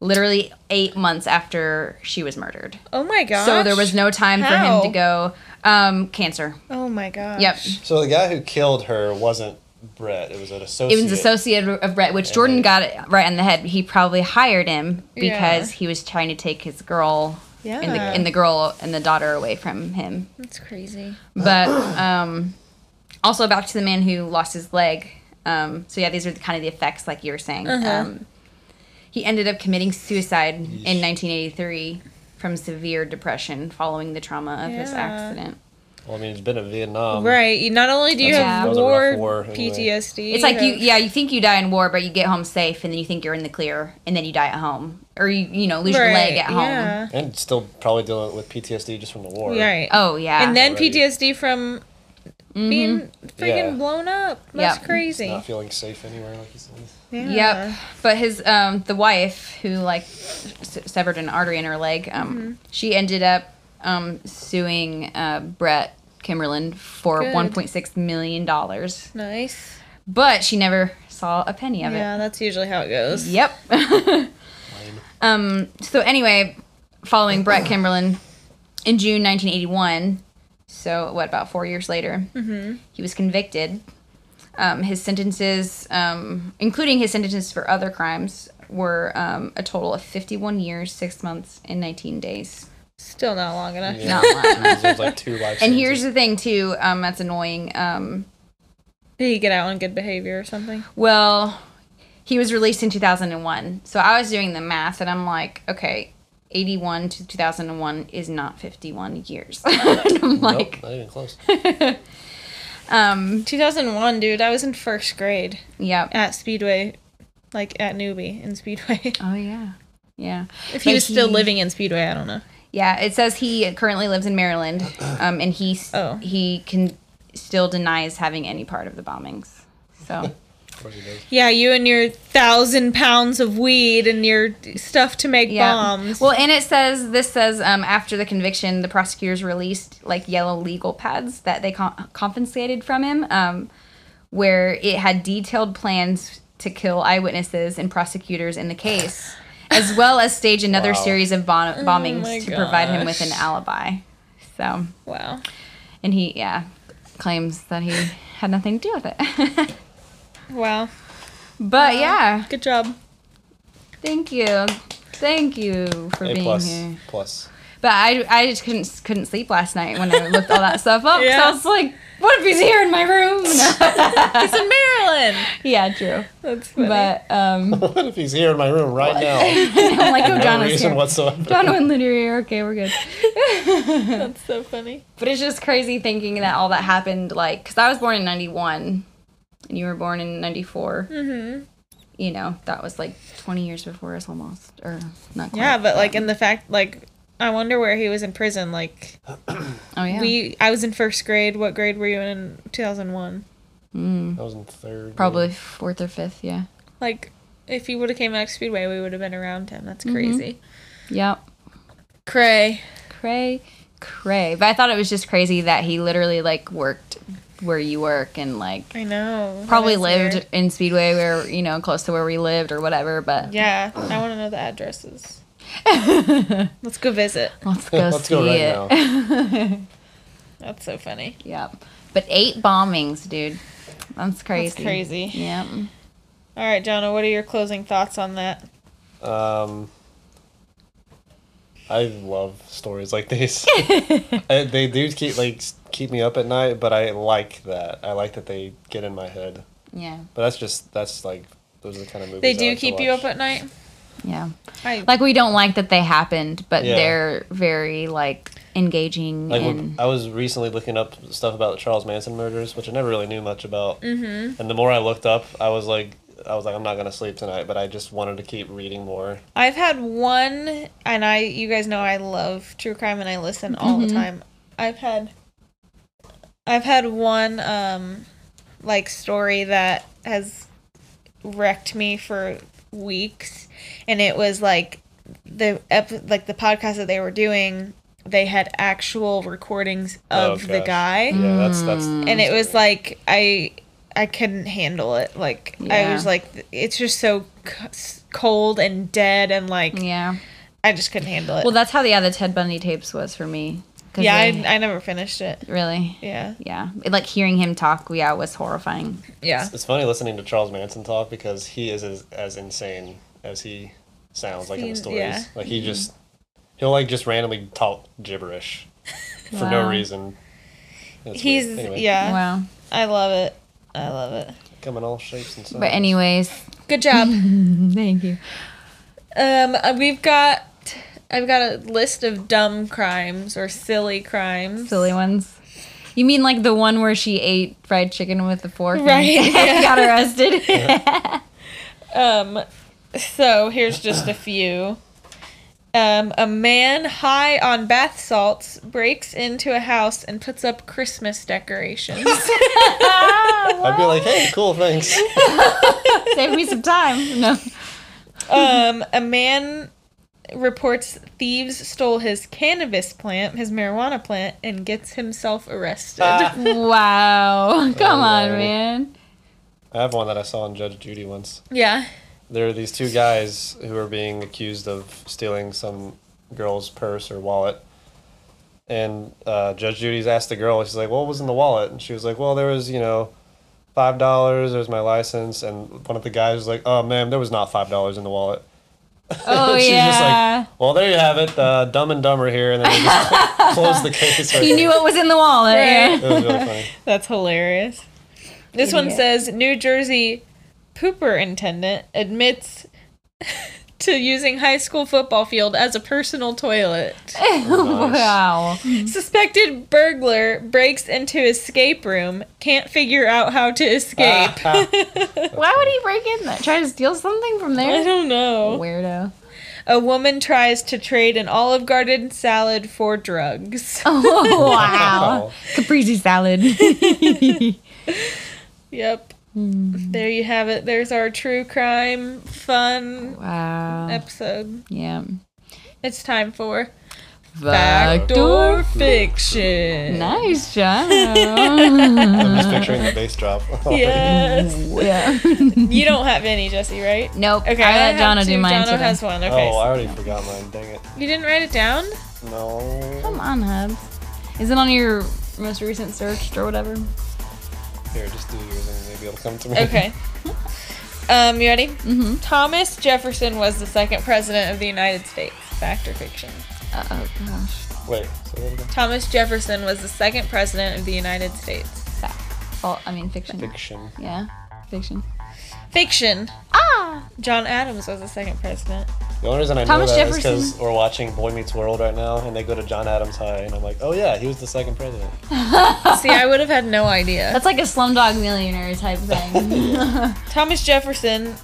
S2: literally eight months after she was murdered.
S1: Oh my gosh.
S2: So there was no time
S1: How?
S2: for him to go. Um, cancer.
S1: Oh my gosh.
S2: Yep.
S3: So the guy who killed her wasn't Brett. It was an associate.
S2: It was associated of Brett, which Jordan got it right on the head. He probably hired him because he was trying to take his girl
S1: Yeah.
S2: and the, and the girl and the daughter away from him.
S1: That's crazy.
S2: But um, also back to the man who lost his leg. Um, so yeah, these are the, kind of the effects, like you were saying.
S1: Uh-huh.
S2: Um, he ended up committing suicide in 1983 from severe depression following the trauma of his
S1: Yeah.
S2: accident.
S3: Well, I mean, it's been in Vietnam.
S1: right. You not only do you
S2: That's a-
S1: have
S2: that
S3: was Um, a
S1: war,
S3: rough war, anyway.
S1: PTSD.
S2: It's like you,
S1: have-
S2: yeah, you think you die in war, but you get home safe, and then you think you're in the clear, and then you die at home, or you, you know, lose your leg
S1: Right,
S2: at home.
S1: Yeah.
S3: And still probably dealing with PTSD just from the war.
S1: Right.
S2: Oh yeah, Mm-hmm.
S1: and then
S3: Already.
S1: PTSD from being freaking
S3: Yeah.
S1: blown up. That's
S2: Yep.
S1: crazy.
S3: Not feeling safe anywhere, like you said.
S1: Yeah.
S2: Yep. But his um the wife who like s- severed an artery in her leg, um
S1: Mm-hmm.
S2: she ended up um suing uh Brett Kimberlin for
S1: Good.
S2: 1.6 million dollars.
S1: Nice.
S2: But she never saw a penny of
S1: Yeah,
S2: it.
S1: that's usually how it goes.
S2: Yep. um so anyway, following Brett Kimberlin in June 1981, so what about 4 years later? He was convicted um, his sentences, um, including his sentences for other crimes, were um, a total of 51 years, six months, and 19 days.
S1: Still not long enough.
S3: Yeah.
S2: Not long.
S3: There's like two life
S2: and
S3: sentences.
S2: here's the thing, too, um, that's annoying. Um,
S1: Did he get out on good behavior or something?
S2: well, he was released in 2001. So I was doing the math, and I'm like, okay, 81 to 2001 is not 51 years. and I'm
S3: Nope,
S2: like, um,
S3: not even close.
S1: 2001, dude. I was in first grade.
S2: yeah.
S1: at Speedway, like at Newbie in Speedway.
S2: Oh, yeah. Yeah.
S1: if he
S2: But
S1: was still
S2: he-
S1: living in Speedway, I don't know.
S2: Yeah, it says he currently lives in Maryland, um, and he s
S1: Oh.
S2: he can still denies having any part of the bombings. So
S3: Of course he does.
S1: Yeah, you and your thousand pounds of weed and your stuff to make
S2: yeah,
S1: bombs.
S2: well, and it says this says um, after the conviction, the prosecutors released like yellow legal pads that they con- confiscated from him, um, where it had detailed plans to kill eyewitnesses and prosecutors in the case, as well as stage another
S3: Wow. Oh
S2: series of bom- bombings
S1: my
S2: to provide him with
S1: gosh.
S2: an alibi. So.
S1: wow.
S2: and he yeah claims that he had nothing to do with it
S1: Wow.
S2: But yeah,
S1: Good job.
S2: thank you, thank you for
S3: A
S2: being
S3: plus.
S2: here.
S3: Plus.
S2: But I, I just couldn't couldn't sleep last night when I looked all that stuff up. So
S1: Yeah.
S2: I was like, what if he's here in my room?
S1: It's in Maryland.
S2: yeah, true.
S1: That's funny.
S2: But um,
S3: What if he's here in my room right now?
S2: I'm like, oh,
S3: No
S2: John is
S3: reason
S2: here.
S3: whatsoever.
S2: John and Lydia are here. Okay, we're good.
S1: That's so funny.
S2: But it's just crazy thinking that all that happened, like, because I was born in 91 and you were born in 94. Mm-hmm. You know, that was like 20 years before us almost, or not quite.
S1: Yeah, but like in the fact, like I wonder where he was in prison. Like
S2: Oh, yeah.
S1: we, I was in first grade. What grade were you in in two thousand one?
S3: I was in third.
S2: Mm. Probably fourth or fifth, yeah.
S1: Like if he would have came out of Speedway, we would have been around him. That's
S2: Mm-hmm.
S1: crazy.
S2: Yep.
S1: Cray.
S2: Cray, cray. But I thought it was just crazy that he literally, like, worked where you work and, like,
S1: I know. That
S2: probably
S1: is
S2: lived
S1: weird.
S2: in Speedway where, you know, close to where we lived or whatever. But
S1: Yeah, I want to know the addresses. Let's go visit.
S2: let's go
S3: Let's
S2: see
S3: go right
S2: it.
S3: now.
S1: That's so funny.
S2: Yep. But eight bombings, dude. That's crazy.
S1: crazy.
S2: Yep.
S1: All right, Jonna, what are your closing thoughts on that?
S3: Um, I love stories like these. I, they do keep like s- keep me up at night, but I like that. I like that they get in my head.
S2: Yeah.
S3: But that's just that's like those are the kind of movies
S1: They
S3: I
S1: do
S3: like to
S1: keep you
S3: watch.
S1: up at night.
S2: Yeah.
S1: I
S2: Like we don't like that they happened, but
S3: Yeah.
S2: they're very like engaging
S3: Like
S2: and
S1: Mm-hmm.
S3: when I was recently looking up stuff about the Charles Manson murders, which I never really knew much about. Mm-hmm. And the more I looked up, I was like, I was like, I'm not gonna sleep tonight. But I just wanted to keep reading more.
S1: I've had one, and I you guys know I love true crime and I listen all the time. I've had I've had one um like story that has wrecked me for weeks, and it was like the ep- like the podcast that they were doing. They had actual recordings
S3: Oh,
S1: of the
S3: gosh.
S1: guy
S3: Yeah, that's that's.
S1: Mm. and it was like i i couldn't handle it like i
S2: Yeah.
S1: was like it's just so c- s- cold and dead and like
S2: yeah.
S1: i just couldn't handle it
S2: Well, that's how the other Ted Bundy tapes was for me. 'Cause
S1: yeah
S2: they-
S1: I, I never finished it
S2: really.
S1: yeah
S2: Yeah. It- like hearing him talk, yeah, was horrifying.
S1: yeah
S3: It's funny listening to Charles Manson talk because he is as, as insane as he sounds like in the
S1: He's-
S3: stories.
S1: yeah. Mm-hmm.
S3: Like he just he'll like just randomly talk gibberish for no
S2: Wow.
S3: reason. It's
S1: he's
S3: weird. Anyway,
S1: yeah
S2: Wow.
S1: i love it i love it
S3: come in all shapes and sizes.
S2: But anyways,
S1: good job
S2: thank you.
S1: um uh, we've got i've got a list of dumb crimes or silly crimes
S2: Silly ones. You mean like the one where she ate fried chicken with a fork? and
S1: Right,
S2: got arrested.
S1: Um, so here's just a few. Um, a man high on bath salts breaks into a house and puts up Christmas decorations.
S3: I'd be like, hey, cool, thanks.
S2: Save me some time. No.
S1: um, a man reports thieves stole his cannabis plant, his marijuana plant, and gets himself arrested.
S3: Ah,
S2: Wow. Come on,
S3: Alright.
S2: man.
S3: I have one that I saw in Judge Judy once.
S1: yeah.
S3: there are these two guys who are being accused of stealing some girl's purse or wallet. And uh, Judge Judy's asked the girl, she's like, "What was in the wallet?" And she was like, "Well, there was, you know, five dollars. There's my license." And one of the guys was like, "Oh, ma'am, there was not five dollars in the wallet."
S2: Oh,
S3: She's just
S2: yeah.
S3: like, "Well, there you have it. Uh, dumb and Dumber here." And then they just closed the case. Right
S2: you knew what was in the eh? wallet.
S1: Right.
S3: there. It was really funny.
S1: That's hilarious. This one
S2: Idiot.
S1: says New Jersey pooper intendant admits to using high school football field as a personal toilet.
S3: Nice.
S2: Wow.
S1: Suspected burglar breaks into escape room, can't figure out how to escape.
S3: Ah, ah.
S2: Why would he break in there? Try to steal something from
S1: I
S2: there?
S1: don't know.
S2: Weirdo.
S1: A woman tries to trade an Olive Garden salad for drugs.
S2: Oh, wow. Caprese salad.
S1: Yep.
S2: Hmm.
S1: There you have it. There's our true crime fun
S2: wow.
S1: episode.
S2: Yeah.
S1: It's time for Backdoor Fiction.
S2: Nice job.
S3: I'm just picturing the bass drop.
S1: Yes.
S2: yeah.
S1: You don't have any, Jesse, right?
S2: Nope.
S1: Okay,
S2: I let
S1: have
S2: Donna
S1: two.
S2: do mine
S1: Donna
S2: today.
S1: has one. Okay.
S3: Oh, I already forgot mine. Dang it.
S1: you didn't write it down?
S3: No.
S2: Uh, Come on, Hubs. Is it on your most recent search or whatever?
S3: Here, just do yours and maybe it'll come to me.
S1: Okay. Um, you ready? Mm-hmm. Thomas Jefferson was the second president of the United States. Fact or fiction?
S2: Uh, oh gosh.
S3: Wait. So what about
S1: Thomas Jefferson was the second president of the United States.
S2: Fact. Oh, I mean fiction.
S3: fiction?
S2: Yeah, fiction.
S1: Fiction.
S2: Ah.
S1: John Adams was the second president.
S3: The only reason I
S2: Thomas
S3: know that because
S2: Jefferson.
S3: we're watching Boy Meets World right now, and they go to John Adams High, and I'm like, oh yeah, he was the second president.
S1: See, I would have had no idea.
S2: That's like a Slumdog Millionaire type thing.
S1: Thomas Jefferson,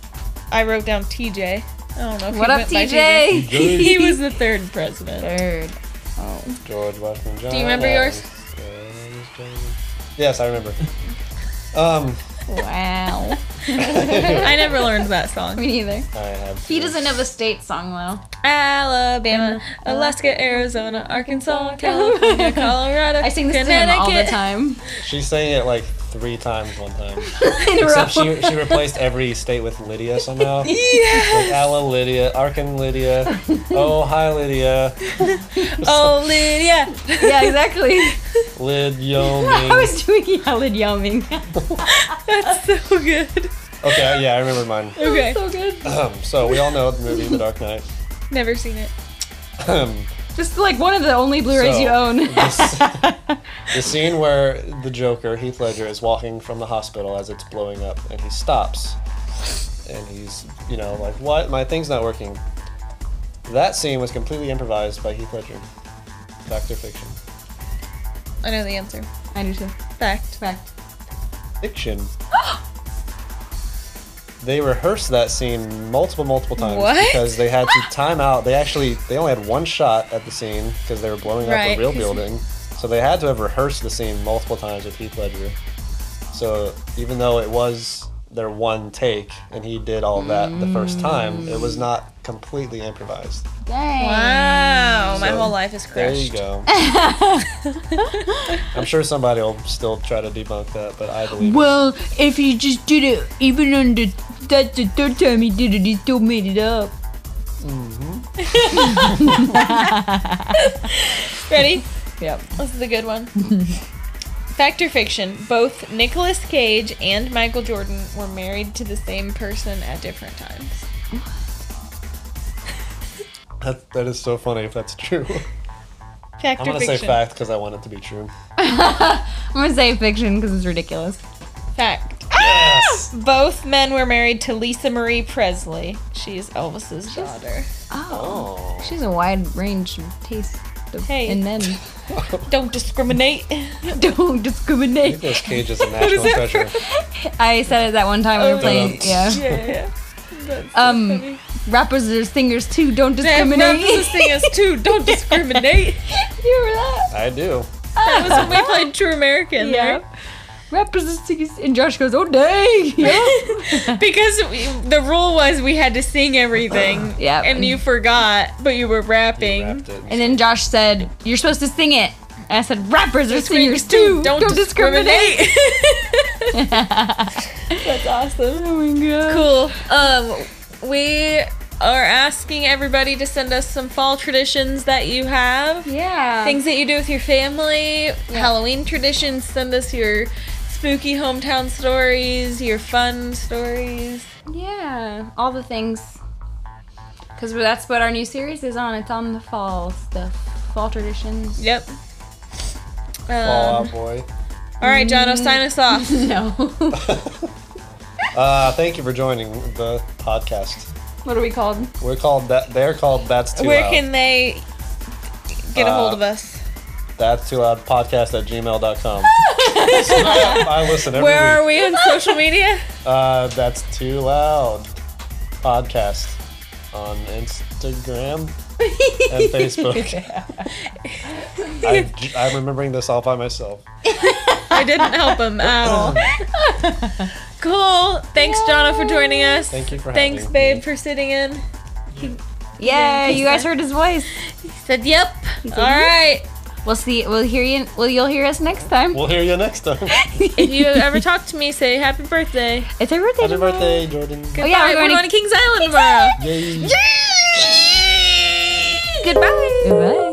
S1: I wrote down TJ. I don't know. If
S2: what
S1: he
S2: up,
S1: went by
S2: TJ?
S1: He was the third president.
S2: Third. Oh.
S3: George Washington John.
S1: Do you remember yours?
S3: Adams, James. Yes, I remember. um,
S2: Wow.
S1: I never learned that song.
S2: Me neither.
S3: I have.
S2: He doesn't have a state song though.
S1: Alabama, Alaska, Arizona, Arkansas, California, Colorado.
S2: I sing this to him all the
S1: Connecticut.
S2: time.
S3: She sang it like three times one time.
S2: In a row.
S3: Except she, she replaced every state with Lydia somehow. Like
S1: Yeah.
S3: Alla Lydia, Arkan Lydia, oh hi Lydia,
S1: Oh, Lydia.
S2: yeah, exactly.
S3: Lid
S2: I
S3: Yoming.
S2: was doing yell and yelling.
S1: That's so Oh, good.
S3: Okay, yeah, I remember mine.
S1: Okay.
S2: so good.
S3: so we all know the movie The Dark Knight.
S1: Never seen it.
S2: Just like one of the only Blu-rays
S3: So,
S2: you own.
S3: this- the scene where the Joker, Heath Ledger, is walking from the hospital as it's blowing up, and he stops, and he's, you know, like, "What? My thing's not working." That scene was completely improvised by Heath Ledger. Fact or fiction?
S1: I know the answer.
S2: I do too.
S1: Fact.
S2: Fact.
S3: Fiction. They rehearsed that scene multiple, multiple times
S1: What?
S3: because they had to time out. They actually they only had one shot at the scene because they were blowing up
S1: Right,
S3: the real
S1: 'cause-
S3: building, so they had to have rehearsed the scene multiple times with Heath Ledger. So even though it was their one take and he did all that the first time, it was
S1: Mm.
S3: not completely improvised.
S2: Dang.
S1: Wow, Oh, my
S3: So,
S1: whole life is
S3: There
S1: crushed.
S3: you go. I'm sure somebody will still try to debunk that, but I believe. it.
S2: Well, if he just did it, even on the that's the third time he did it, he still made it up.
S1: Ready?
S2: Yep.
S1: This is a good one. Fact or fiction? Both Nicolas Cage and Michael Jordan were married to the same person at different times.
S3: That, that is so funny if that's true.
S1: Fact
S3: I'm
S1: or
S3: gonna
S1: fiction?
S3: say fact because I want it to be true.
S2: I'm gonna say fiction because it's ridiculous.
S1: Fact.
S3: Yes.
S1: Both men were married to Lisa Marie Presley. She's Elvis's daughter.
S2: Oh.
S3: Oh.
S2: She's a wide range of taste of,
S1: Hey.
S2: in men.
S1: Don't discriminate.
S2: Don't discriminate.
S3: Nicolas Cage is a national
S1: that
S3: treasure.
S2: I said it that one time we
S1: Oh.
S2: were playing. Yeah.
S1: yeah. That's so
S2: Um,
S1: funny.
S2: Rappers are singers too. Don't discriminate.
S1: That was the thing is too. Don't discriminate.
S2: you remember that?
S3: I do.
S1: That was when we played True American. right?
S2: Yeah. Rappers are singers, and Josh goes, "Oh dang!" Yeah.
S1: because we, the rule was we had to sing everything.
S2: Yep.
S1: And you forgot, but you were rapping.
S3: You wrapped it.
S2: And then Josh said, "You're supposed to sing it." And I said, "Rappers are singers
S1: Singers
S2: too.
S1: Don't, discriminate. That's awesome.
S2: oh my god.
S1: Cool. Um, we are asking everybody to send us some fall traditions that you have.
S2: Yeah.
S1: Things that you do with your family, Halloween traditions. Send us your spooky hometown stories, your fun stories.
S2: Yeah. All the things. Because that's what our new series is on. It's on the fall stuff, fall traditions.
S1: Yep.
S3: Fall
S1: Um,
S3: Out Boy.
S1: all right, John, sign us off.
S2: No.
S3: Uh, thank you for joining the podcast.
S2: what are we called?
S3: We're called that. They're called That's Too
S1: Where
S3: Loud.
S1: can they get a hold
S3: Uh,
S1: of us?
S3: That's Too Loud Podcast at gmail.com. I, I listen every
S1: Where are
S3: week.
S1: we on social media?
S3: Uh, that's Too Loud Podcast on Instagram and Facebook. I, I'm remembering this all by myself.
S1: I didn't help him at all. cool. Thanks, Jonna, for joining us.
S3: Thank you for
S1: Thanks,
S3: having
S1: babe,
S3: me.
S1: for sitting in.
S2: Yeah, you guys heard his voice.
S1: He said, "Yep." all right.
S2: We'll see. We'll hear you. Well, you'll hear us next time.
S3: We'll hear you next time.
S1: If you ever talk to me, say happy birthday.
S2: It's our birthday.
S3: Happy
S2: tomorrow.
S3: birthday, Jordan.
S1: Goodbye.
S2: yeah,
S1: Oh, we're,
S2: we're
S1: going
S2: going
S1: to Kings Island tomorrow.
S3: Yay.
S2: Goodbye.